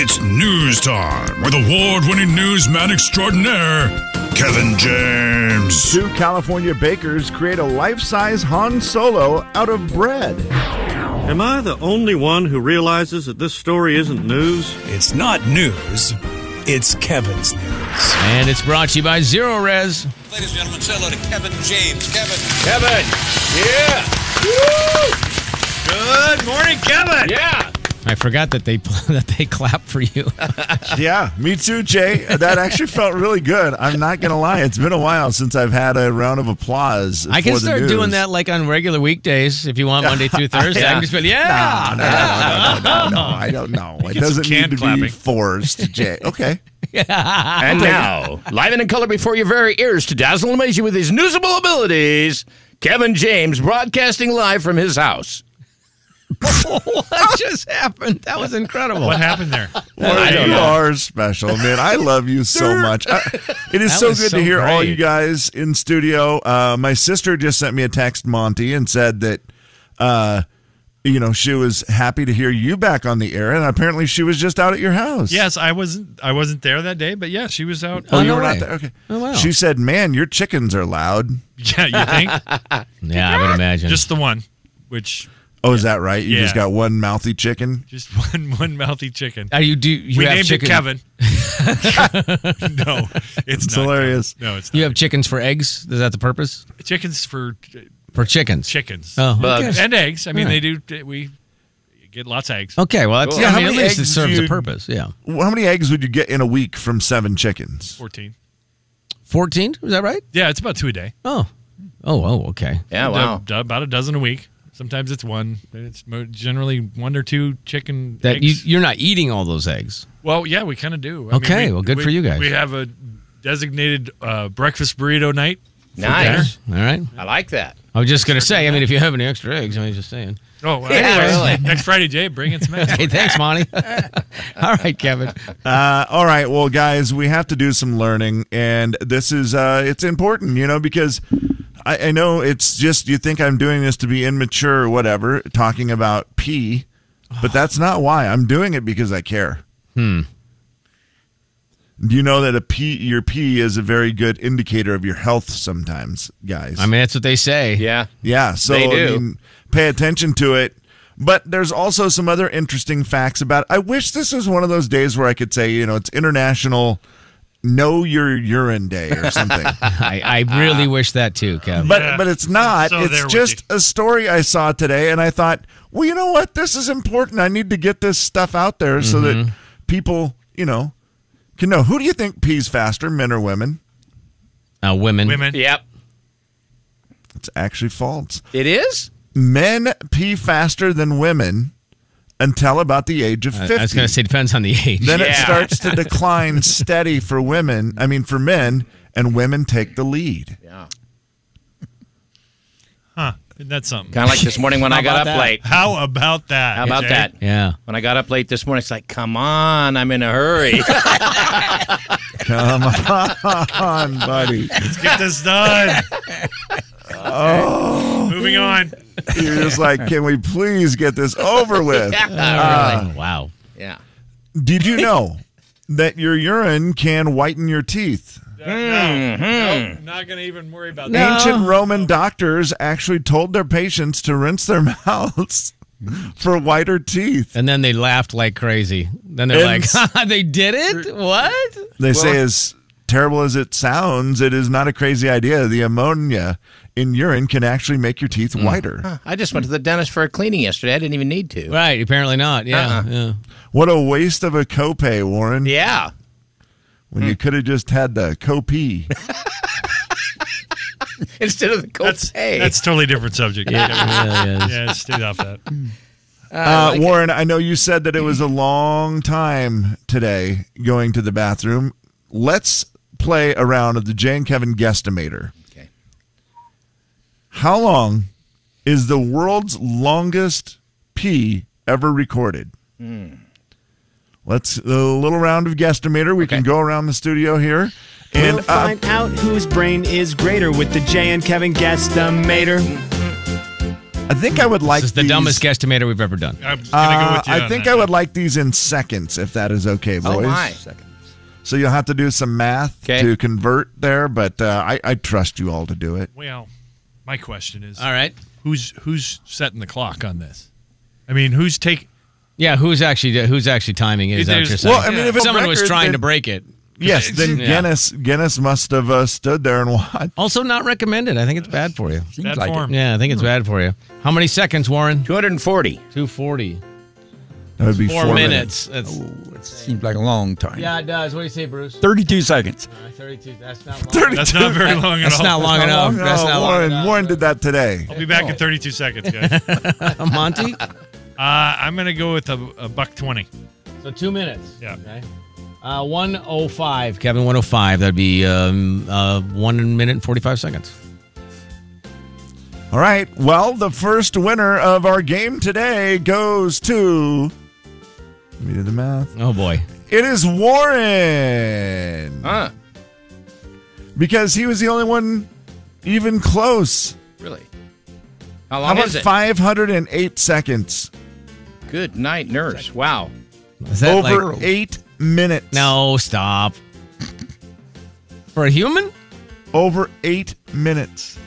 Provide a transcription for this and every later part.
It's news time with award winning newsman extraordinaire, Kevin James. Two California bakers create a life size Han Solo out of bread. Am I the only one who realizes that this story isn't news? It's not news, it's Kevin's news. And it's brought to you by Zero Res. Ladies and gentlemen, say hello to Kevin James. Kevin. Kevin. Yeah. Good morning, Kevin. Yeah. I forgot that they that they clap for you. Yeah, me too, Jay. That actually felt really good. I'm not going to lie. It's been a while since I've had a round of applause. I can for the start news. doing that like on regular weekdays if you want Monday through Thursday. I can just be like, No, yeah. no, no, no, no, no, no. I don't know. It Get some doesn't need can to be clapping. forced, Jay. Okay. And now, live and in color before your very ears to dazzle and amaze you with his newsable abilities, Kevin James broadcasting live from his house. what just happened? That was incredible. What happened there? Well, don't you know. are special, man. I love you so much. I, it is That so was good so to hear all great. you guys in studio. Uh, my sister just sent me a text, Monty, and said that, uh, you know, she was happy to hear you back on the air, and apparently she was just out at your house. Yes, I wasn't. I wasn't there that day, but yeah, she was out. Oh, Oh, you no were way. not there. Okay. Oh, wow. She said, "Man, your chickens are loud." Yeah, you think? Yeah, I would imagine. just the one, which Oh, is that right? You just Yeah. got one mouthy chicken. just one one mouthy chicken. Are you do you we have named chicken- it Kevin. no, it's, It's not hilarious. Kevin. No, it's You not. have chickens for eggs? Is that the purpose? chickens for uh, For chickens. chickens Oh, okay. Bugs. and eggs. I mean, All right. they do. We get lots of eggs. Okay, well, that's, Yeah, I how mean, at many least it eggs serves do a you- purpose. Yeah. Well, How many eggs would you get in a week from seven chickens? Fourteen. 14? Is that right? Yeah, it's about two a day. Oh. Oh, oh, okay. Yeah, wow. Du- du- about a dozen a week. Sometimes it's one. It's mo- generally one or two chicken That you, eggs. you're not eating all those eggs. well, yeah, we kind of do. Okay, well, good for you guys. We have a designated uh, breakfast burrito night. for Nice. All right. I like that. I was just going to say, I mean, if you have any extra eggs, I mean, just saying. dinner. Oh, well, Yeah, anyways, really. next Friday, Jay, bring in some eggs. Hey, thanks, Monty. all right, Kevin. Uh, all right, well, guys, we have to do some learning, and this is uh, it's important, you know, because I, I know it's just you think I'm doing this to be immature or whatever, talking about pee, but that's not why I'm doing it because I care. Hmm. You know that a pee, your pee is a very good indicator of your health. Sometimes, guys. I mean, that's what they say. Yeah. Yeah, so They I do. mean, pay attention to it. But there's also some other interesting facts about. I wish this was one of those days where I could say, you know, it's International Know Your Urine Day or something. I, I really wish that too, Kevin. but Yeah. but it's not. So it's there we just a story I saw today, and I thought, well, you know what? This is important. I need to get this stuff out there so Mm-hmm. that people, you know, can know. Who do you think pees faster, men or women? Uh, women. Women. Yep. It's actually false. It is? Men pee faster than women until about the age of I, fifty. I was going to say, depends on the age. Then it Yeah. starts to decline steady for women. I mean, for men, and women take the lead. Yeah. Huh. Isn't that something? Kind of like this morning when How I got about up that? late. How about that? How about Jay? that? yeah. When I got up late this morning, it's like, come on, I'm in a hurry. Come on, buddy. Let's get this done. oh. Moving on. You're just like, can we please get this over with? Oh, wow. yeah. Did you know that your urine can whiten your teeth? No, not going to even worry about that. Ancient Roman doctors actually told their patients to rinse their mouths for whiter teeth. And then they laughed like crazy. Then they're And- like, they did it? What? They say, as terrible as it sounds, it is not a crazy idea. The ammonia in urine can actually make your teeth whiter. I just went to the dentist for a cleaning yesterday. I didn't even need to. Right. Apparently not. Yeah. Uh-uh. yeah. What a waste of a copay, Warren. Yeah. When you could have just had the copay. Instead of the That's, copay. that's totally different subject. Yeah, Yeah, yeah. yeah let's stay off that. Uh, Warren, I know you said that it was a long time today going to the bathroom. Let's play a round of the Jay and Kevin guesstimator. Okay. How long is the world's longest pee ever recorded? Let's a little round of guesstimator. We can go around the studio here. And we'll uh, find out whose brain is greater with the Jay and Kevin Guestimator. I think I would like This is the these- dumbest guest tomato we've ever done. I'm gonna go Uh, with you I on think that. I would like these in seconds, if that is okay, Oh, boys. So you'll have to do some math 'Kay. to convert there, but uh, I, I trust you all to do it. Well, my question is, All right. who's who's setting the clock on this? I mean, who's take? Yeah, who's actually who's actually timing it? Is that what There's- you're saying? Well, I mean, if it's someone was record, trying then- to break it. Yes, then Yeah. Guinness Guinness must have uh, stood there and watched. Also, not recommended. I think it's bad for you. Bad like it. form. Yeah, I think it's bad for you. How many seconds, Warren? 240. Two forty. That would be Four, four, minutes. That's, Seems like a long time. yeah, it does. What do you say, Bruce? 32 seconds. Thirty-two. That's not long. That's not very long at That's all. not long enough. No, That's not long Warren, enough. Warren did that today. I'll be back in 32 seconds, guys. uh, Uh, Monty. I'm gonna go with a, a buck 20. So two minutes. Yeah. Okay. Uh, 105, Kevin, 105. That'd be um, uh, one minute and 45 seconds. All right. Well, the first winner of our game today goes to. Let me do the math. Oh, boy. It is Warren Huh? because he was the only one even close. Really? How How long about is it? 508 seconds? Good night, nurse. Wow. Is that like- Over eight minutes. No, stop. For a human? Over eight minutes.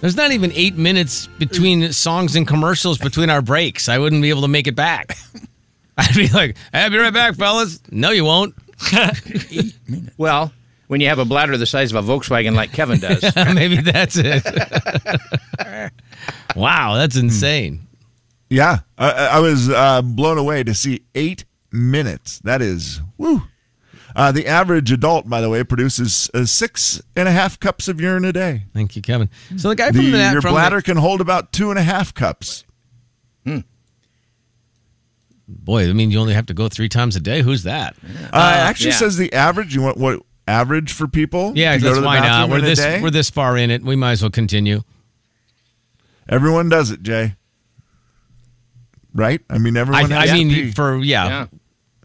There's not even eight minutes between songs and commercials between our breaks. I wouldn't be able to make it back. I'd be like, I'll be right back, fellas. No, you won't. Well, when you have a bladder the size of a Volkswagen like Kevin does. Maybe that's it. wow, that's Hmm. insane. Yeah. I, I I was uh, blown away to see eight minutes. That is, woo. Uh, the average adult, by the way, produces uh, six and a half cups of urine a day. Thank you, Kevin. So the guy The- from the your from the- bladder can hold about two and a half cups. boy, I mean, you only have to go three times a day. Who's that? Uh, actually, yeah. says the average. You want what average for people? Yeah, to go to that's the why not. bathroom We're in a this day? we're this far in it. We might as well continue. Everyone does it, Jay. Right? I mean, I, everyone. has to I mean, pee. for yeah, Yeah.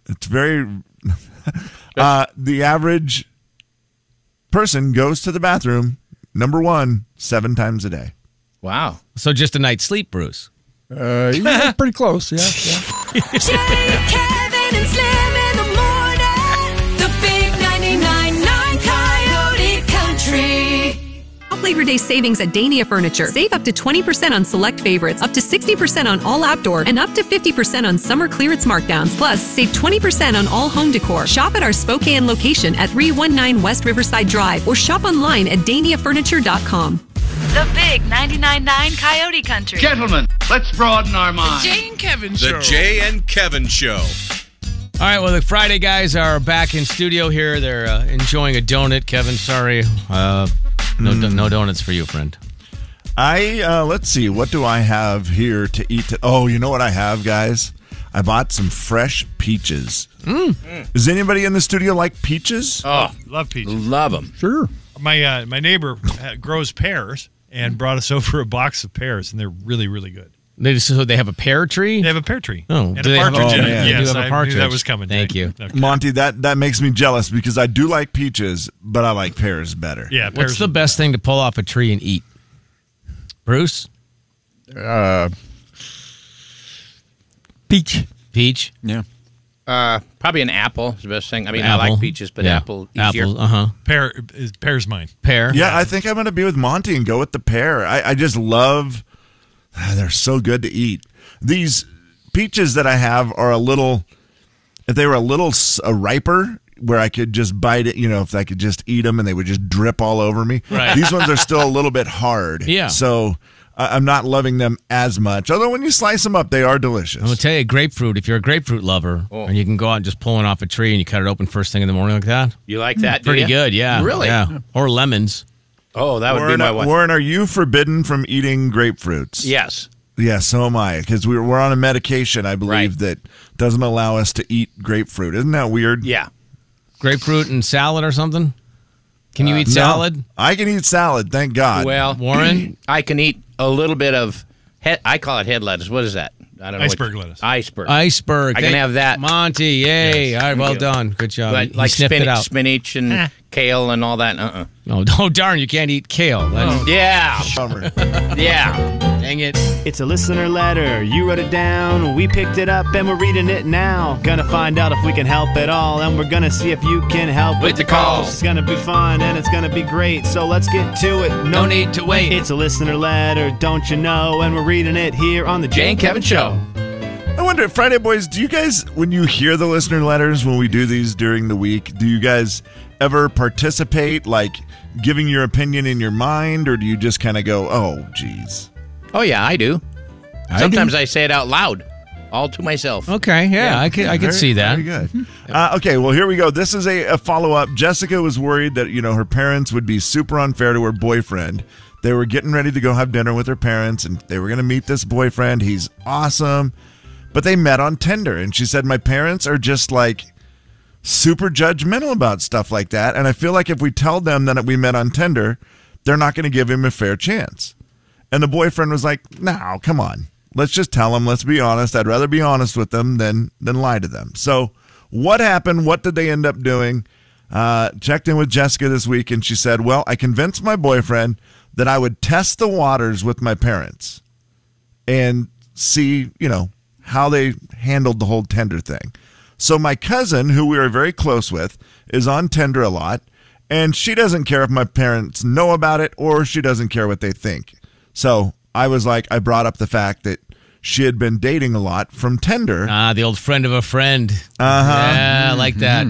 it's very. uh, the average person goes to the bathroom number one seven times a day. Wow. So just a night's sleep, Bruce. Uh, you were pretty close, yeah. yeah. Jay, Kevin, and Slim in the morning. The big 99.9 Coyote Country. Labor Day savings at Dania Furniture. Save up to 20% on select favorites, up to 60% on all outdoor, and up to 50% on summer clearance markdowns. Plus, save 20% on all home decor. Shop at our Spokane location at 319 West Riverside Drive or shop online at daniafurniture.com. The big 99.9 Coyote Country. Gentlemen, let's broaden our minds. Jane Kevin The Jay and Kevin Show. All right. Well, the Friday guys are back in studio here. They're uh, enjoying a donut. Kevin, sorry, uh, no do- no donuts for you, friend. I uh, let's see, what do I have here to eat? To- oh, you know what I have, guys? I bought some fresh peaches. Does anybody in the studio like peaches? Oh, Love peaches. love them. Sure. My uh, my neighbor ha- grows pears and brought us over a box of pears, and they're really really good. They just, so they have a pear tree. They have a pear tree. Oh, and do a they have- partridge. oh, in it. man. They do Yes, have a I knew partridge. that was coming. Thank Jay. you. Okay. Monty, that that makes me jealous because I do like peaches, but I like pears better. Yeah, What's pears. the best thing to pull off a tree and eat, Bruce? Peach. Peach, Yeah. Uh, probably an apple is the best thing. I mean, I apple. like peaches, but Yeah. apple easier. apple, uh huh. pear? Is pears mine? Pear. Yeah, I think I'm going to be with Monty and go with the pear. I, I just love, ah, they're so good to eat. These peaches that I have are a little, if they were a little s- uh, riper, where I could just bite it, you know, if I could just eat them and they would just drip all over me. Right. These ones are still a little bit hard. Yeah. So I- I'm not loving them as much. Although when you slice them up, they are delicious. I'm gonna tell you, grapefruit. If you're a grapefruit lover, Oh. and you can go out and just pull one off a tree and you cut it open first thing in the morning like that, You like that? do pretty ya? good. Yeah, Really? Yeah. Or lemons. Oh, that would Warren, be my uh, one. Warren, are you forbidden from eating grapefruits? Yes. Yeah, so am I because we're we're on a medication I believe Right. that doesn't allow us to eat grapefruit. Isn't that weird? Yeah. grapefruit and salad or something? Can you eat No. salad, I can eat salad, thank God. Well, Warren? I can eat a little bit of. He- I call it head lettuce. What is that? I don't know. Iceberg what- lettuce. Iceberg. Iceberg. I can Thank- have that. Monty, yay! All right, well done. Good job. But You like sniffed spinach, it out. Eh. spinach and kale and all that. Uh uh Oh, oh darn, you can't eat kale. That's- Yeah. yeah. Dang it. It's a listener letter. You wrote it down. We picked it up and we're reading it now. Gonna find out if we can help at all. And we're gonna see if you can help With the calls. It's gonna be fun and it's gonna be great. So let's get to it. No, need to wait. It's a listener letter, don't you know? And we're reading it here on the Jane Kevin Show. I wonder, Friday boys, do you guys, when you hear the listener letters when we do these during the week, do you guys ever participate, like giving your opinion in your mind, or do you just kind of go, "Oh, geez"? Oh yeah, I do. I Sometimes do. I say it out loud, all to myself. Okay, yeah, I could I could very- see that. Very good. Uh, okay, well here we go. This is a, a follow up. Jessica was worried that you know her parents would be super unfair to her boyfriend. They were getting ready to go have dinner with her parents, and they were going to meet this boyfriend. He's awesome, but they met on Tinder, and she said my parents are just like super judgmental about stuff like that, and I feel like if we tell them that we met on Tinder, they're not going to give him a fair chance. And the boyfriend was like, "No, come on. Let's just tell them. Let's be honest. I'd rather be honest with them than than lie to them." So, what happened? What did they end up doing? Uh, checked in with Jessica this week, and she said, "Well, I convinced my boyfriend that I would test the waters with my parents and see, you know, how they handled the whole Tinder thing." So, my cousin, who we are very close with, is on Tinder a lot, and she doesn't care if my parents know about it or she doesn't care what they think. So I was like, I brought up the fact that she had been dating a lot from Tinder. Ah, the old friend of a friend. Uh huh. Yeah, I like that.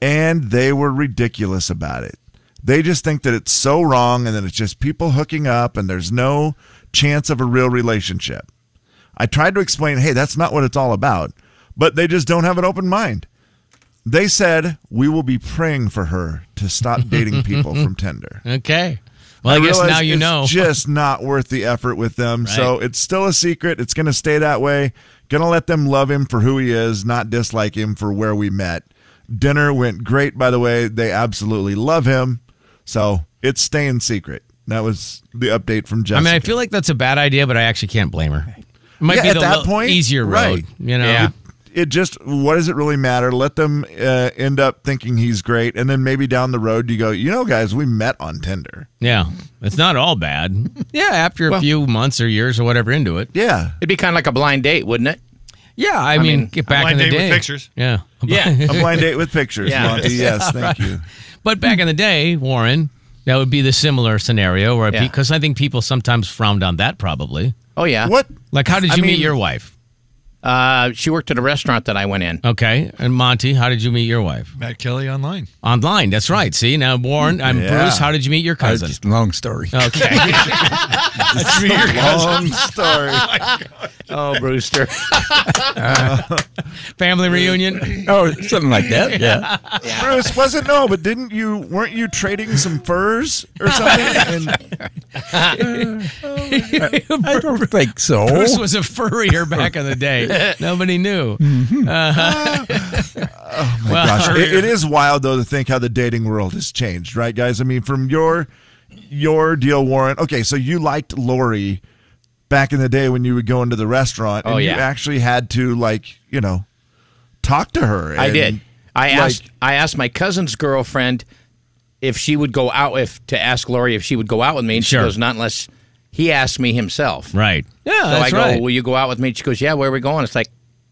And they were ridiculous about it. They just think that it's so wrong and that it's just people hooking up and there's no chance of a real relationship. I tried to explain, hey, that's not what it's all about, but they just don't have an open mind. They said, we will be praying for her to stop dating people from Tinder. Okay. Well, I, guess realize now you it's know. just not worth the effort with them. So it's still a secret. It's going to stay that way. Going to let them love him for who he is, not dislike him for where we met. Dinner went great, by the way. They absolutely love him. So it's staying secret. That was the update from Jessica. I mean, I feel like that's a bad idea, but I actually can't blame her. It might Yeah, be at the that lo- point, easier road. right. You know. Yeah. it just what does it really matter? Let them uh, end up thinking he's great, and then maybe down the road you go, you know, guys, we met on Tinder. Yeah, it's not all bad. Yeah, after a Well- few months or years or whatever into it. Yeah, It'd be kind of like a blind date, wouldn't it? Yeah, I, I mean, mean, get a back blind in the date with day. pictures. Yeah, Yeah. A blind date with pictures, Yeah. Monty. Yes, thank you. But back in the day, Warren, that would be the similar scenario where Yeah. because I think people sometimes frowned on that probably. Oh yeah. What? Like, how did you I meet mean- your wife? Uh, she worked at a restaurant that I went in. Okay, and Monty, how did you meet your wife? Matt Kelly online. Online. That's right. See now, Warren, I'm Yeah. Bruce. How did you meet Uh, your cousin? just a Oh. long story. Okay. Long story. Oh, Brewster. Family reunion. Oh, something like that. Yeah. Bruce wasn't no, but didn't you weren't you trading some furs or something? And I don't think so. Bruce was a furrier back in the day. Nobody knew. my Well, gosh, it- furrier. it is wild though to think how the dating world has changed, right, guys? I mean, from your your deal, Warren. Okay, so you liked Lori back in the day when you would go into the restaurant, and Oh, you yeah. actually had to like you know talk to her. I and- did. I like- asked. I asked my cousin's girlfriend if she would go out if to ask Lori if she would go out with me, and Sure. she goes, "Not unless he asked me himself." Right. Yeah, So that's I go, right. "Will you go out with me?" She goes, "Yeah." Where are we going? It's like,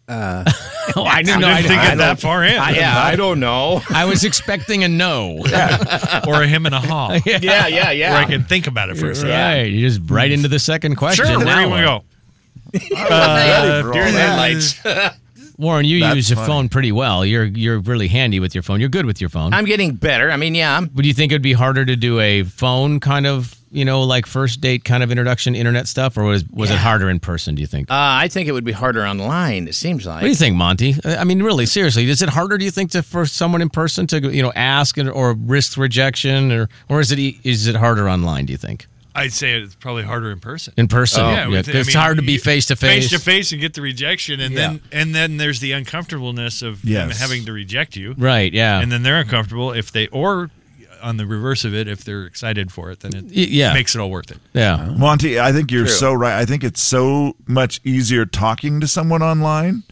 uh, Oh, I didn't know. I didn't I- think it that far in. I, "Yeah, I don't know." I was expecting a no. or a him and a haw. yeah. yeah, yeah, yeah. Where I can think about it for a second. Right. You just right into the second question. Sure. Where Now do you what? want Uh, ready for all to go? that. Warren, you That's use your funny. phone pretty well. You're you're really handy with your phone. You're good with your phone. I'm getting better. I mean, yeah, I'm Would you think it'd be harder to do a phone kind of, you know, like first date kind of introduction, internet stuff, or was was it harder in person? Do you think? Uh, I think it would be harder online. It seems like. what do you think, Monty? I I mean, really, seriously, is it harder? Do you think to for someone in person to you know ask and, or risk rejection, or or is it e- is it harder online? Do you think I'd say it's probably harder in person. in person? Oh, with- I Oh, it's mean, hard to be you- face to Face to face and get the rejection, and then and then there's the uncomfortableness of them Yes. having to reject you, Right? Yeah. and then they're uncomfortable if they or on the reverse of it, if they're excited for it, then it Y- yeah. makes it all worth it. yeah. Monty, I think you're so right. I think it's so much easier talking to someone online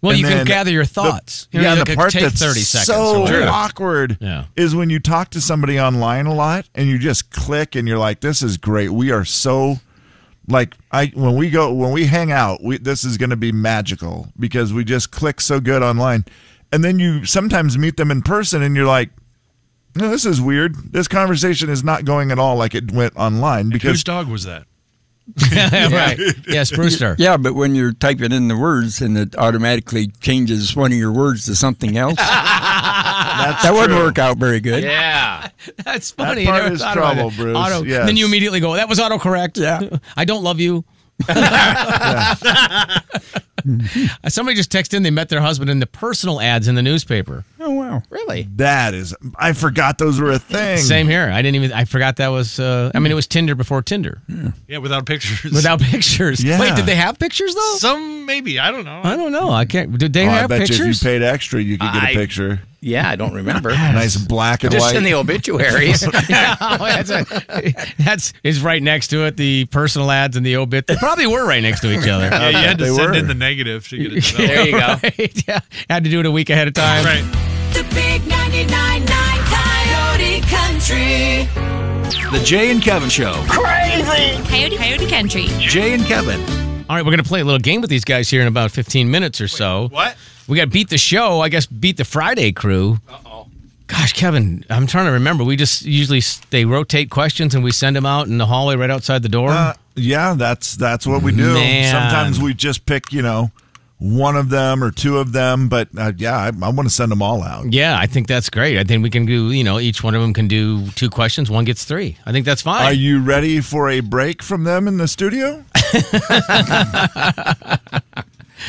Well, And you can then gather your the- thoughts. You know, yeah, you the could part take that's 30 seconds so or whatever. awkward is when you talk to somebody online a lot and you just click and you're like, "This is great. We are so." Like I when we go when we hang out, we, this is going to be magical because we just click so good online, and then you sometimes meet them in person and you're like, no, "This is weird. This conversation is not going at all like it went online." Because Whose dog was that? right. Yes, Brewster. Yeah, but when you're typing in the words and it automatically changes one of your words to something else, that wouldn't true. work out very good. Yeah. That's funny. part I never is thought about trouble, it. Bruce. Auto, Yes. Then you immediately go, that was autocorrect. Yeah. I don't love you. Somebody just texted in they met their husband in the personal ads in the newspaper. Oh wow! Really? that is, I forgot those were a thing. Same here. I didn't even, I forgot that was, uh, I mean, it was Tinder before Tinder. Yeah, without pictures. Without pictures. Wait, did they have pictures though? Some maybe. I don't know. I don't know. I can't. Did they Oh, I have bet pictures? you if you paid extra, you could get a I- picture. Yeah, I don't remember. Nice black and Just white. in the obituaries. Yeah, Oh, that's, a- that's is right next to it. The personal ads and the obit. They probably were right next to each other. Yeah, you had to send in the negative to get it. Yeah, developed. right. Yeah, had to do it a week ahead of time. Right. The big 99.9 Coyote Country. The Jay and Kevin Show. Crazy. Coyote, Coyote Country. Jay and Kevin. All right, we're gonna play a little game with these guys here in about 15 minutes or so. what? We got to beat the show. I guess beat the Friday crew. Uh oh. Gosh, Kevin, I'm trying to remember. We just usually s- they rotate questions and we send them out in the hallway right outside the door. Uh, yeah, that's that's what we do. Man. Sometimes we just pick, you know, one of them or two of them. But uh, yeah, I, I want to send them all out. Yeah, I think that's great. I think we can do, you know, each one of them can do two questions, one gets three. I think that's fine. Are you ready for a break from them in the studio?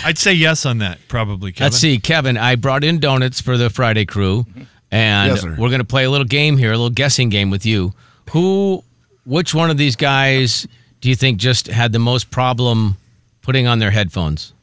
I'd say yes on that, probably, Kevin. Let's see, Kevin, I brought in donuts for the Friday crew, and Yes, sir. we're going to play a little game here, a little guessing game with you. Who, which one of these guys do you think just had the most problem putting on their headphones?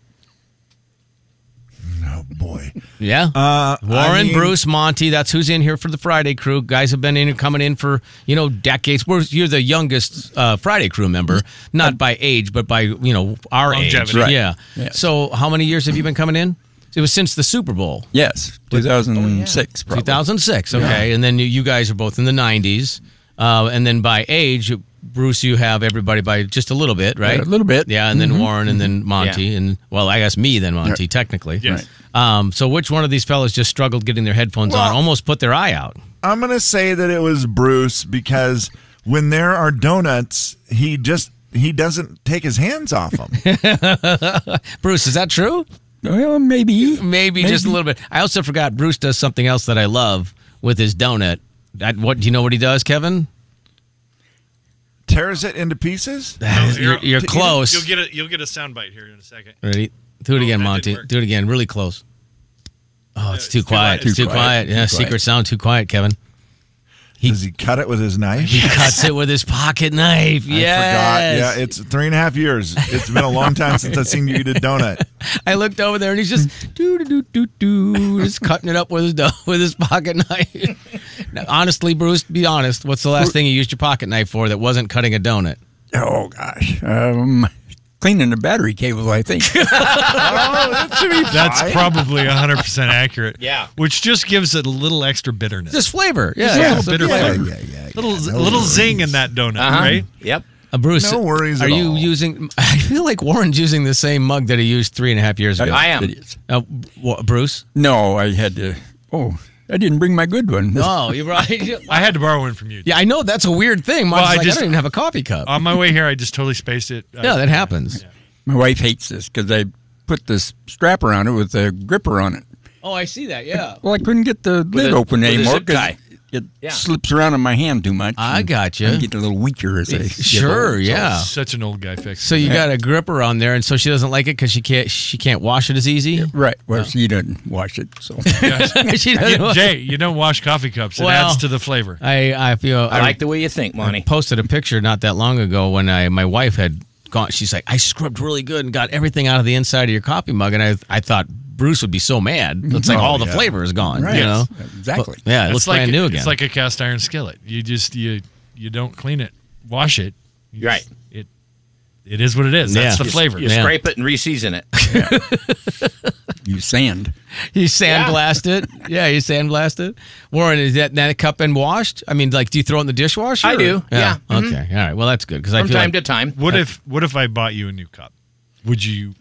Oh, boy. Yeah. Uh, Warren, mean- Bruce, Monty, that's who's in here for the Friday crew. Guys have been in and coming in for, you know, decades. We're, you're the youngest uh, Friday crew member, not by age, but by, you know, our Longevity. age. Right. Yeah. Yeah. So, how many years have you been coming in? It was since the Super Bowl, Yes, 2006. probably. 2006. Yeah. Okay, and then you- you guys are both in the 90s, uh, and then by age, you- Bruce, you have everybody by just a little bit, right? Yeah, a little bit. Yeah, and then Mhm. Warren, and then Monty, and well, I guess me, then Monty, Right. technically. Yes. Um, so which one of these fellas just struggled getting their headphones on, Well- almost put their eye out? I'm gonna say that it was Bruce because when there are donuts, he just he doesn't take his hands off them. Bruce, is that true? Well, maybe. Maybe, just a little bit. I also forgot Bruce does something else that I love with his donut. That, what do you know? What he does, Kevin? Tears it into pieces. You're, you're close. You'll get a you'll get a soundbite here in a second. Ready? Do it again, Monty. Do it again, really close. Oh, it's too quiet. It's too quiet. Yeah, Too quiet. secret sound, too quiet, Kevin. Does he cut it with his knife? He cuts it with his pocket knife. I Yes. forgot. Yeah, it's three and a half years. It's been a long time since I've seen you eat a donut. I looked over there and he's just doo doo doo doo doo, just cutting it up with his do- with his pocket knife. Now, honestly, Bruce, be honest. What's the last thing you used your pocket knife for that wasn't cutting a donut? Oh gosh, um, cleaning the battery cable. I think. Oh, That's probably 100% accurate. Yeah. Which just gives it a little extra bitterness. Just flavor. Just Yeah, a yeah. little So bitter flavor. flavor. little little zing in that donut, Uh-huh. right? Yep. Uh, Bruce, No worries Are at you all. using? I feel like Warren's using the same mug that he used three and a half years ago. I am. It is. Uh, wha- Bruce? No, I had to. Oh, I didn't bring my good one. No, you're right. I had to borrow one from you. Yeah, I know that's a weird thing. Mine's Well, I like, I just- Oh, don't even have a coffee cup. On my way here, I just totally spaced it. I- yeah, that happens. My wife hates this because I put this strap around it with a gripper on it. Oh, I see that. Yeah. Well, I couldn't get the lid a- open with a anymore zip tie. it Yeah. slips around in my hand too much. I and gotcha. I get a little weaker as I get Sure, older. yeah. Such an old guy fix. So you got a gripper on there, and so she doesn't like it because she can't she can't wash it as easy. Right. Well, she doesn't wash it, so she doesn't. Yeah, Jay, you don't wash coffee cups. It Well- adds to the flavor. I I feel I like the way you think, I Monty. posted a picture not that long ago when I my wife had gone. She's like, I scrubbed really good and got everything out of the inside of your coffee mug, and I I thought Bruce would be so mad. It's like Oh, all the yeah. flavor is gone. Right. You know. Yes, exactly. But, yeah, it It's looks like brand new again. It's like a cast iron skillet. You just you you don't clean it, wash it. You Right. just- it it is what it is. That's Yeah. the You- flavor. You scrape it and reseason it. you sand. You sandblast it. Yeah, you sandblast it. Warren, is that, that cup been washed? I mean, like, do you throw it in the dishwasher? I or- do, yeah. Mhm. Okay. All right. Well, that's good because I From feel time like, to time. What I- if what if I bought you a new cup? Would you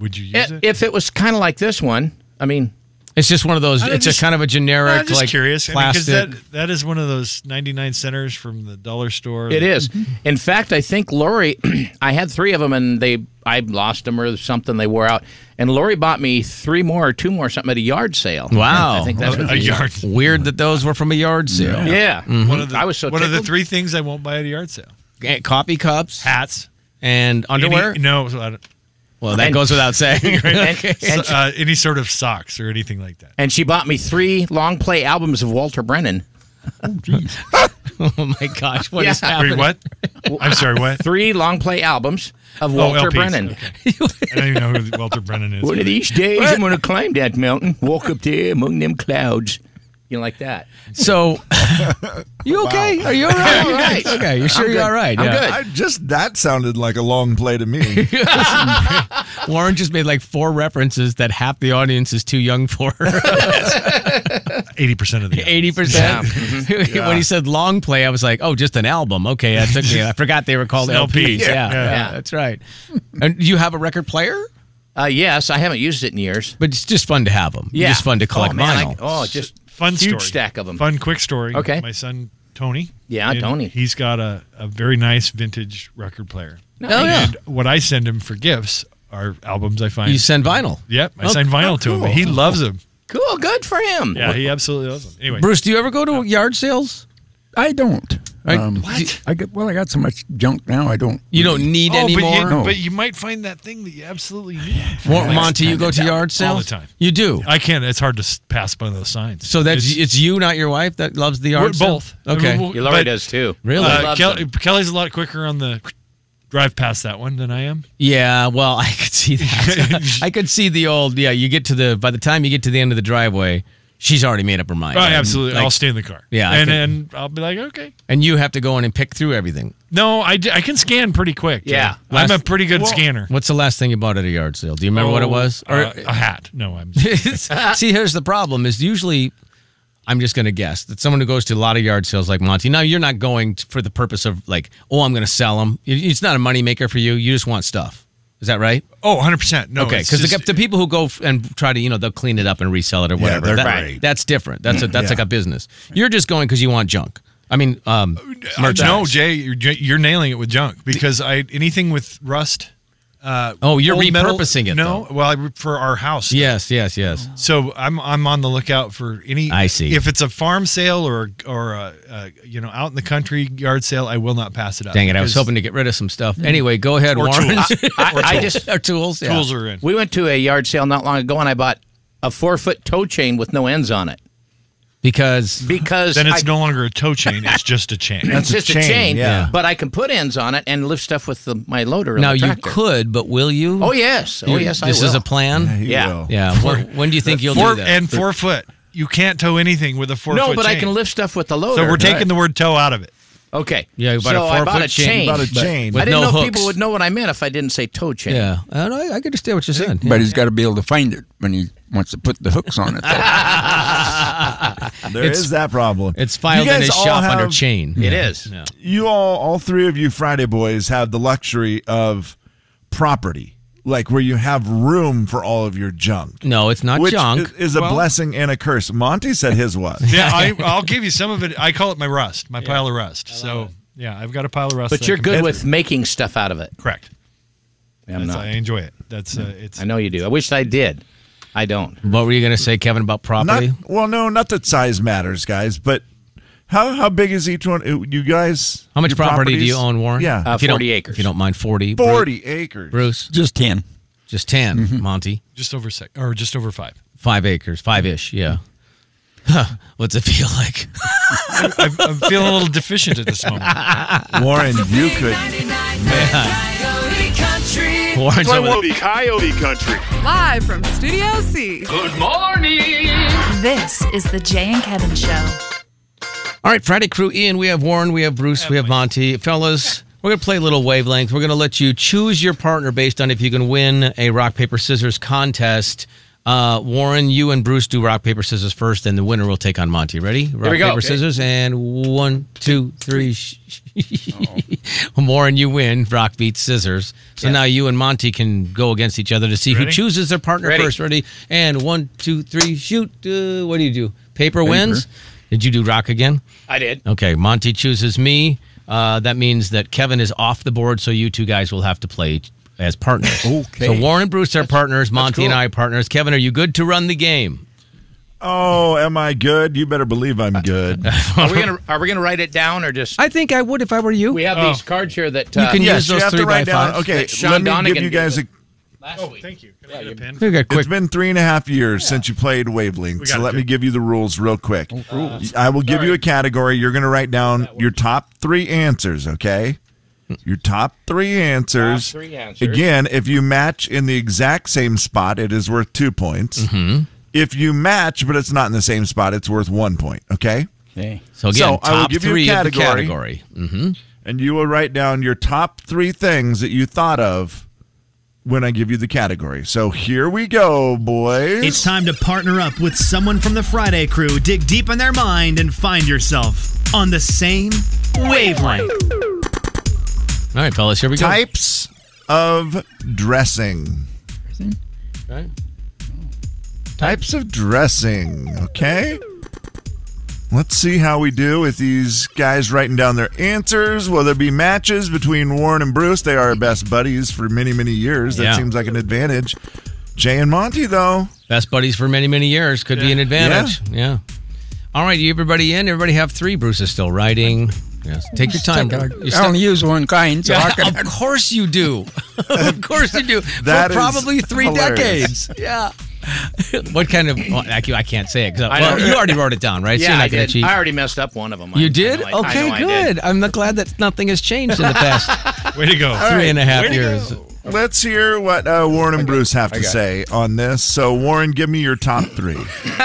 would you use I- If it was kind of like this one, I mean, it's just one of those. I don't It's just- a kind of a generic, I'm just like, curious I mean, 'cause plastic. that that is one of those 99 centers from the dollar store. It is. Mm-hmm. In fact, I think Lori, I had three of them, and they I lost them or something. They wore out, and Lori bought me three more or two more or something at a yard sale. wow. I think that's what they- Weird that those were from a yard sale. Yeah. Mm-hmm. Mhm. One of the, I was so One of the tickled. three things I won't buy at a yard sale. Eh, coffee cups, hats, and underwear. Any- no, I don't- well, that And- goes without saying. And- and- uh, any sort of socks or anything like that. And she bought me three long play albums of Walter Brennan. oh my gosh, what is happening? what? I'm sorry, what? Three long play albums of Oh, Walter LPs. Brennan. I don't even know who Walter Brennan is. One of these days, I'm going to climb that mountain, walk up there among them clouds. You know, like that. So, you okay? Are you all right? All right. Okay, you're sure I'm you're good. all right? I'm yeah. good. I just that sounded like a long play to me. Warren just made like four references that half the audience is too young for. 80% of the Eighty percent. Mm-hmm. When he said long play, I was like, "Oh, just an album." Okay, that took me. I forgot they were called It's an LPs. LP. Yeah, Yeah. yeah, Yeah. that's right. And do you have a record player, Uh, yes, I haven't used it in years. but it's just fun to have them. Yeah. just fun to collect oh, man, I- vinyl. oh, just Fun huge story. stack of them. Fun quick story. Okay. My son Tony. Yeah, and Tony. He's got a, a very nice vintage record player. Oh yeah, And what I send him for gifts are albums I find. you send vinyl. Yep, I Oh, send vinyl oh, to him. cool. and He loves them. Cool, good for him. Yeah, he absolutely loves them. Anyway, Bruce, do you ever go to yard sales? I don't. I- um, what? I got, well, I got so much junk now. I don't. You don't need oh, but any you, more. No. but you might find that thing that you absolutely need. Wa- Monty, you go to yard sales All the time. You do. I can't. It's hard to s- pass by those signs. So that's It's- it's, you, not your wife, that loves the we're yard sale? both. Okay. I mean, we- Lori but, does too. Really? uh, Loves Kel- them. Kelly's a lot quicker on the drive past that one than I am. Yeah, well, I could see that. I could see the old. Yeah, you get to the by the time you get to the end of the driveway, she's already made up her mind. Oh, And, absolutely. like, I'll stay in the car. Yeah, I and could- and I'll be like, okay. and you have to go in and pick through everything. No, I, d- I can scan pretty quick. Yeah. I'm Last- a pretty good scanner. What's the last thing you bought at a yard sale? Do you remember what it Oh, was? uh, a hat. No, I'm. see, here's the problem: is usually. I'm just going to guess that someone who goes to a lot of yard sales like Monty, now you're not going t- for the purpose of like, oh, I'm going to sell them. It's not a moneymaker for you. You just want stuff. Is that right? Oh, 100%. No. okay, it's because just- the, people who go f- and try to, you know, they'll clean it up and resell it or whatever. they're That- great. That's different. That's a, that's like a business. You're just going because you want junk. I mean, um, Uh, no, merchandise. Jay, you're, you're nailing it with junk because I anything with rust. Uh, Oh, you're old metal- repurposing it, No, Uh, well, I, re- for our house. Yes, yes, yes. So I'm I'm on the lookout for any. I see. If it's a farm sale or or a, uh you know out in the country yard sale, I will not pass it up. Dang it! I was because hoping to get rid of some stuff. Anyway, go ahead, Or Warren. tools. I, I just Our tools. yeah. tools are in. we went to a yard sale not long ago, and I bought a four foot toe chain with no ends on it because because Then it's I, no longer a toe chain; it's just a chain. it's just a chain. yeah. But I can put ends on it and lift stuff with the, my loader. on now the you tractor. could, but will you? Oh yes. Oh You- yes. I This will. is a plan. You Yeah. will. Yeah. When, when do you think you'll four do that? and four foot. You can't tow anything with a four. no, foot but I chain. can lift stuff with the loader. So we're taking the word toe out of it. Okay. Yeah, you bought a so I four-foot bought a chain, you chain. About a but chain. With I didn't no know if hooks. people would know what I meant if I didn't say toe chain. Yeah. I, don't know, I can understand what you're saying. Yeah. But he's got to be able to find it when he wants to put the hooks on it. There is that problem. It's filed You in guys his all shop under have- chain. It is. You all, all three of you Friday boys, have the luxury of property, like where you have room for all of your junk. No, it's not which junk. i- is a blessing and a curse. Monty said his was. Yeah, I, I'll give you some of it. I call it my rust, my pile of rust. So yeah, I've got a pile of rust. that But I you're can- good with making stuff out of it. correct. I'm That's- not. I I, enjoy it. That's uh, it's. know you do. I wish I did. I don't. What were you going to say, Kevin, about Not property? well, no, not that size matters, guys. But how how big is each one? Uh, You guys, How much your property do properties? you own, Warren? Yeah, Uh, If you don't- 40 acres. If you don't mind, forty. Bru- forty acres. Bruce, Just 10. just 10 Monty, just over six or just over five. five acres, five ish. Yeah. Huh, What's it feel like? I'm, I'm feeling a little deficient at this moment. Warren, you could. Country. Warren's over there. Coyote Country. Live from Studio C. Good morning. This is the Jay and Kevin Show. All right, Friday crew. Ian, we have Warren, we have Bruce, we have Monty. Fellas, We're going to play a little wavelength. We're going to let you choose your partner based on if you can win a rock, paper, scissors contest. Uh, Warren, you and Bruce do rock, paper, scissors first, and the winner will take on Monty. Ready? Rock, we go. paper, Okay. scissors, and one, two, three. sh- Warren, you win. Rock beats scissors. So now you and Monty can go against each other to see who Ready? chooses their partner Ready. first. Ready? And one, two, three, shoot. Uh, what do you do? Paper, Paper. wins? Did you do rock again? I did. Okay, Monty chooses me. Uh, that means that Kevin is off the board, so you two guys will have to play as partners. okay. So Warren and Bruce are partners. Monty and cool. I are partners. Kevin, are you good to run the game? Oh, am I good? You better believe I'm good. Are we gonna Are we gonna write it down or just? I think I would if I were you. We have Oh. these cards here that uh, Yes, you have to write down- Okay, that Sean let me Donegan give you gave guys a. us last Oh. week. Thank you. Can I get a pen? It's been three and a half years since you played Wavelength, We so got let it. me give you the rules real quick. rules. I will give you a category. You're going to write down your top three answers, okay? Your top three answers. three answers. Again, if you match in the exact same spot, it is worth two points. Mm-hmm. If you match, but it's not in the same spot, it's worth one point, okay? So again, So, top I will give you a three category. of the category. Mm-hmm. And you will write down your top three things that you thought of when I give you the category. So here we go, boys. It's time to partner up with someone from the Friday crew, dig deep in their mind, and find yourself on the same wavelength. All right, fellas, here we Types of dressing. go. Okay. Types of dressing, okay? Let's see how we do with these guys writing down their answers. Will there be matches between Warren and Bruce? They are best buddies for many, many years. That Yeah. seems like an advantage. Jay and Monty, though. Best buddies for many, many years. Could be an advantage. Yeah. All right, you everybody in? Everybody have three. Bruce is still writing. Yes. Take your time. Take a- You're I still- only use one kind, so Yeah, I can. of course you do. of course you do. That For is probably three hilarious. decades. Yeah. what kind of? Well, I can't- I can't say it. 'cause- I well, know. you already wrote it down, right? So Yeah, you're not I gonna did. cheat. I already messed up one of them. I- you I did? know I- I okay, know I did. good. I'm not glad that nothing has changed in the past Way to go. three and a half Way to years. Let's hear what uh, Warren and Bruce have I to got it. say on this. So, Warren, give me your top three. Okay,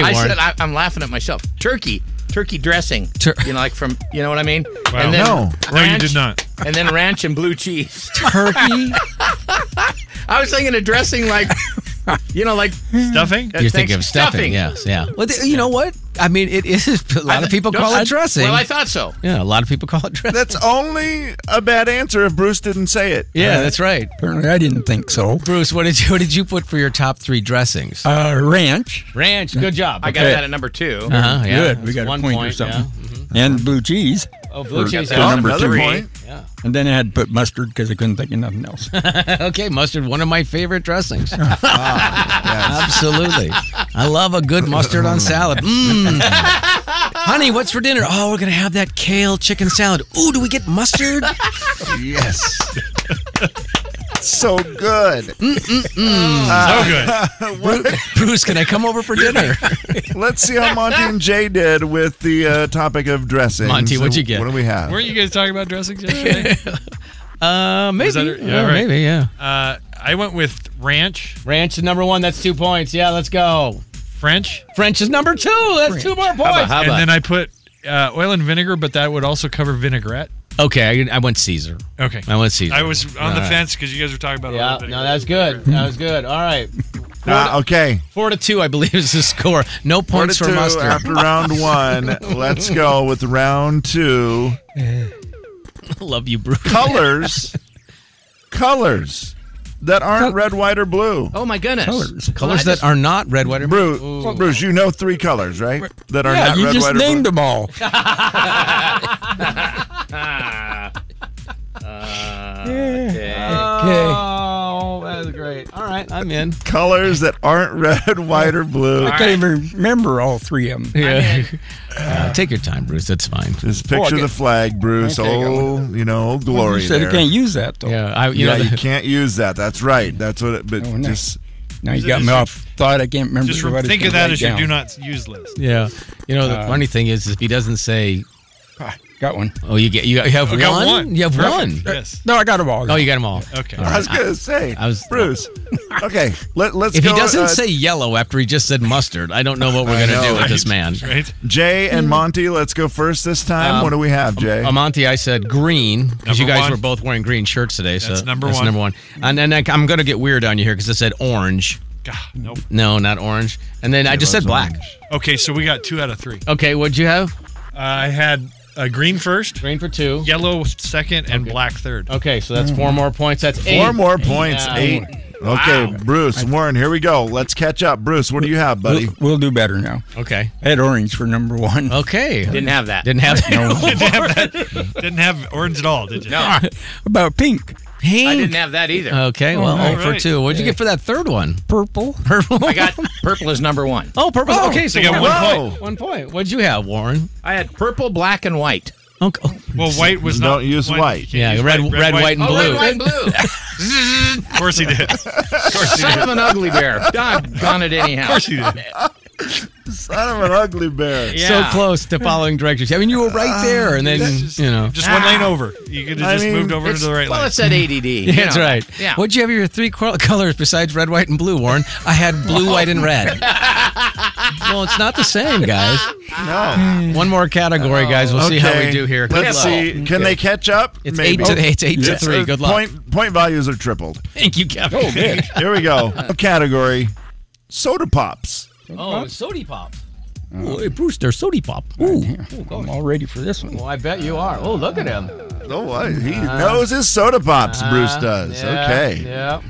I Warren. said I, I'm laughing at myself. Turkey, turkey dressing. you know, like from you know what I mean. Wow. No. No, you did not. And then ranch and blue cheese. Turkey. I was thinking of dressing like, you know, like uh, stuffing. You're thinking of stuffing, yes, yeah. Well, th- you know what? I mean, it is. A lot of people call it dressing. Well, I thought so. yeah, a lot of people call it dressing. That's only a bad answer if Bruce didn't say it. Yeah, that's right. Apparently, I didn't think so. Bruce, what did you what did you put for your top three dressings? Uh, ranch. Ranch. Good job. I got Okay. that at number 2 Uh-huh, yeah. Good. We That's got a one point, or point, something. And blue cheese. Oh, blue for- cheese. for yeah. number Another three. point. Yeah. And then I had to put mustard because I couldn't think of nothing else. okay, mustard, one of my favorite dressings. Absolutely. I love a good mustard on salad. Mm. Honey, what's for dinner? Oh, we're going to have that kale chicken salad. Ooh, do we get mustard? Yes. so good. Mm-mm-mm. Bruce, Bruce, can I come over for dinner? Let's see how Monty and Jay did with the uh, topic of dressing. Monty, what'd you get? What do we have? Weren't you guys talking about dressings yesterday? Uh, Was maybe. that it? Yeah, Yeah, right. Maybe, yeah. Uh, I went with ranch, Ranch is number one. That's two points. Yeah, let's go. French, French is number two. That's two more points. Hubba, hubba. and then I put uh, oil and vinegar, but that would also cover vinaigrette. Okay, I, I went Caesar. Okay. I went Caesar. I was on the All right. fence because you guys were talking about Yeah, oil and no, vinegar. that's good. That was good. All right. Ah, okay. Four to two, I believe, is the score. No Four to points two for mustard. after round one. Let's go with round two. Love you, Bruce. Colors. colors that aren't red, white, or blue. Oh my goodness. Colors. Colors I just- that are not red, white, or Bruce, Ooh. Bruce, you know three colors, right? That are yeah, not you red, just white, named or blue. them all. Okay. Oh, that is great. All right, I'm in. Colors that aren't red, white, or blue. I can't even remember all three of them. Yeah. Uh, take your time, Bruce. That's fine. Just Oh, I picture get- the flag, Bruce. Okay, I got Old, you know, old glory. you said there. I can't use that though. Yeah, I, you yeah, know, you can't use that. That's right. That's what. It, but Oh, no. just Now you got me off thought. I can't remember. Just what I was think of gonna that write as your down. do not use list. yeah. You know, the Uh, funny thing is, if he doesn't say Got one. Oh, you get you have I one? got one. You have Perfect. one. Yes. No, I got them all. Oh, you got them all. Okay. All I was right. gonna say, I was- Bruce. Okay, let, let's. if go, he doesn't uh, say yellow after he just said mustard, I don't know what we're I going to know, do with this man. right? Jay and Monty, let's go first this time. Hmm. Um, what do we have, Jay? Amante, I said green because you Number guys one. were both wearing green shirts today. So That's number one. number one. And then I, am going to get weird on you here because I said orange. nope. No, not orange. And then I just said black. Okay, so we got two out of three. Okay, what'd you have? I had uh, green first, green for two, yellow second, and black third. Okay, so that's four more points. That's Mm-hmm. Four more points. Eight. Okay, Bruce Warren. Here we go. Let's catch up. Bruce, what do you have, buddy? We'll, we'll do better now. Okay. I had orange for number one. Okay. Didn't have that. Didn't have no. Didn't have orange at all, did you? No. About pink. Pink. I didn't have that either. Okay, well, oh All for right. two. What'd you get for that third one? Purple. Purple. I got purple is number one. Oh, purple. okay, so you got one point. One point. What'd you have, Warren? I had purple, black, and white. Okay. Well, white was not. Yeah, red, red, white, and blue. of course he did. Son of an ugly bear. Doggone it anyhow. Of course you did. Son of an ugly bear. So close to following directions. I mean, you were right Uh, there, and then you know, Just one lane over. You could have Ah. I just mean, moved over to it's- the right well, lane. it's that ADD. Yeah, that's right. Yeah. What'd you have your three col- colors besides red, white, and blue, Warren? I had blue, white, and red. well, it's not the same, guys. No. One more category, guys. We'll see how we do here. Good Let's luck. see. Can they catch up? uh, It's eight Oh. to- it's eight to three. Good luck. Point point values are tripled. Thank you, Kevin. Oh, Here we go. Category: soda pops. Oh, sody pop. Oh, hey, Bruce, there's sody pop. Uh, Ooh. I'm all ready for this one. Well, I bet you are. Oh, look at him. Oh, what? He Ah. knows his soda pops. Bruce does. yeah, okay. Yeah.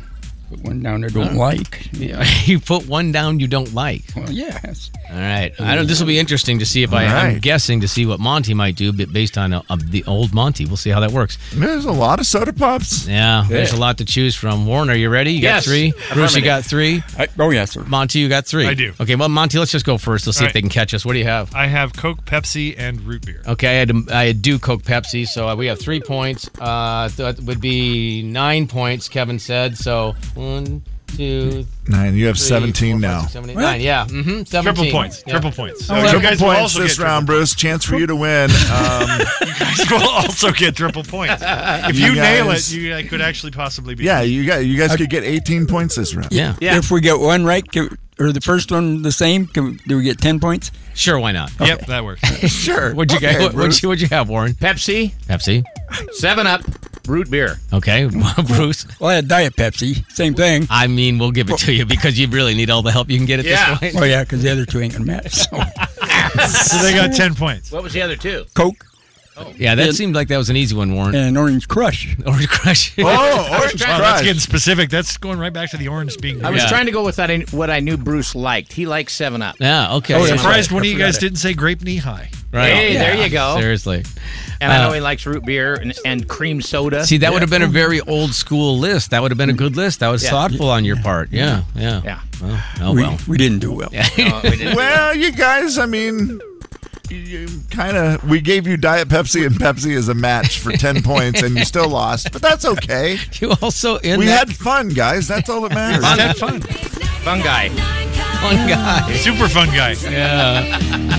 Put one down I don't like. Yeah, you put one down you don't like. Well, yes. All right. I don't. This will be interesting to see if I. All I'm right. guessing to see what Monty might do, but based on uh, uh, the old Monty, we'll see how that works. There's a lot of soda pops. Yeah, there's Yeah. a lot to choose from. Warren, are you ready? You Yes. got three. Bruce, you Affirmative. got three. I, oh, yes, sir. Monty, you got three. I do. Okay, well, Monty, let's just go first. Let's see All if they right. can catch us. What do you have? I have Coke, Pepsi, and root beer. Okay, I had to, I had do Coke Pepsi, so uh, we have three points. Uh, that would be nine points. Kevin said so. One, two, Nine. You have three, seventeen now. seven, eight, nine. Yeah, mm-hmm. Triple points. Triple points. Oh, So you triple guys will points also this get round, Bruce. Chance for you to win. Um, Triple, will also get triple points. If You you, nail it, guys- you uh, could actually possibly be. yeah, you guys, you guys could get eighteen points this round. If we get one right, can, or the first one the same, can, we- do we get 10 points? Sure, why not? Okay. Yep, that works. sure. What'd you Okay, guys? What, Bruce. what'd, you, what'd you have, Warren? Pepsi, Pepsi. Seven Up, root beer. Okay, Bruce. Well, I had Diet Pepsi. Same thing. I mean, we'll give it to you because you really need all the help you can get at Yeah. this point. Oh, yeah, because the other two ain't going to match. So. So they got ten points. What was the other two? Coke Yeah, that seemed like that was an easy one, Warren. and Orange Crush. Orange Crush. Oh, Orange Wow, that's Crush. getting specific. That's going right back to the orange being. I was Yeah. trying to go with that. I, what I knew Bruce liked. He likes Seven Up. Yeah, okay. I Oh, was Yeah. surprised one of I you guys forgot it. didn't say grape knee high. Right. Hey, there you go. Seriously. And I know Uh, he likes root beer and, and cream soda. See, that would have been a very old school list. That would have been a good list. That was Yeah. thoughtful on your part. Yeah, yeah. Yeah. Well, oh, we, well. we didn't do well. No, we didn't. Well, you guys, I mean, you kind of. We gave you Diet Pepsi and Pepsi as a match for ten points, and you still lost. But that's okay. You also in We that had fun, guys. That's all that matters. Had fun. Fun guy. one guy. Super fun guy. Yeah.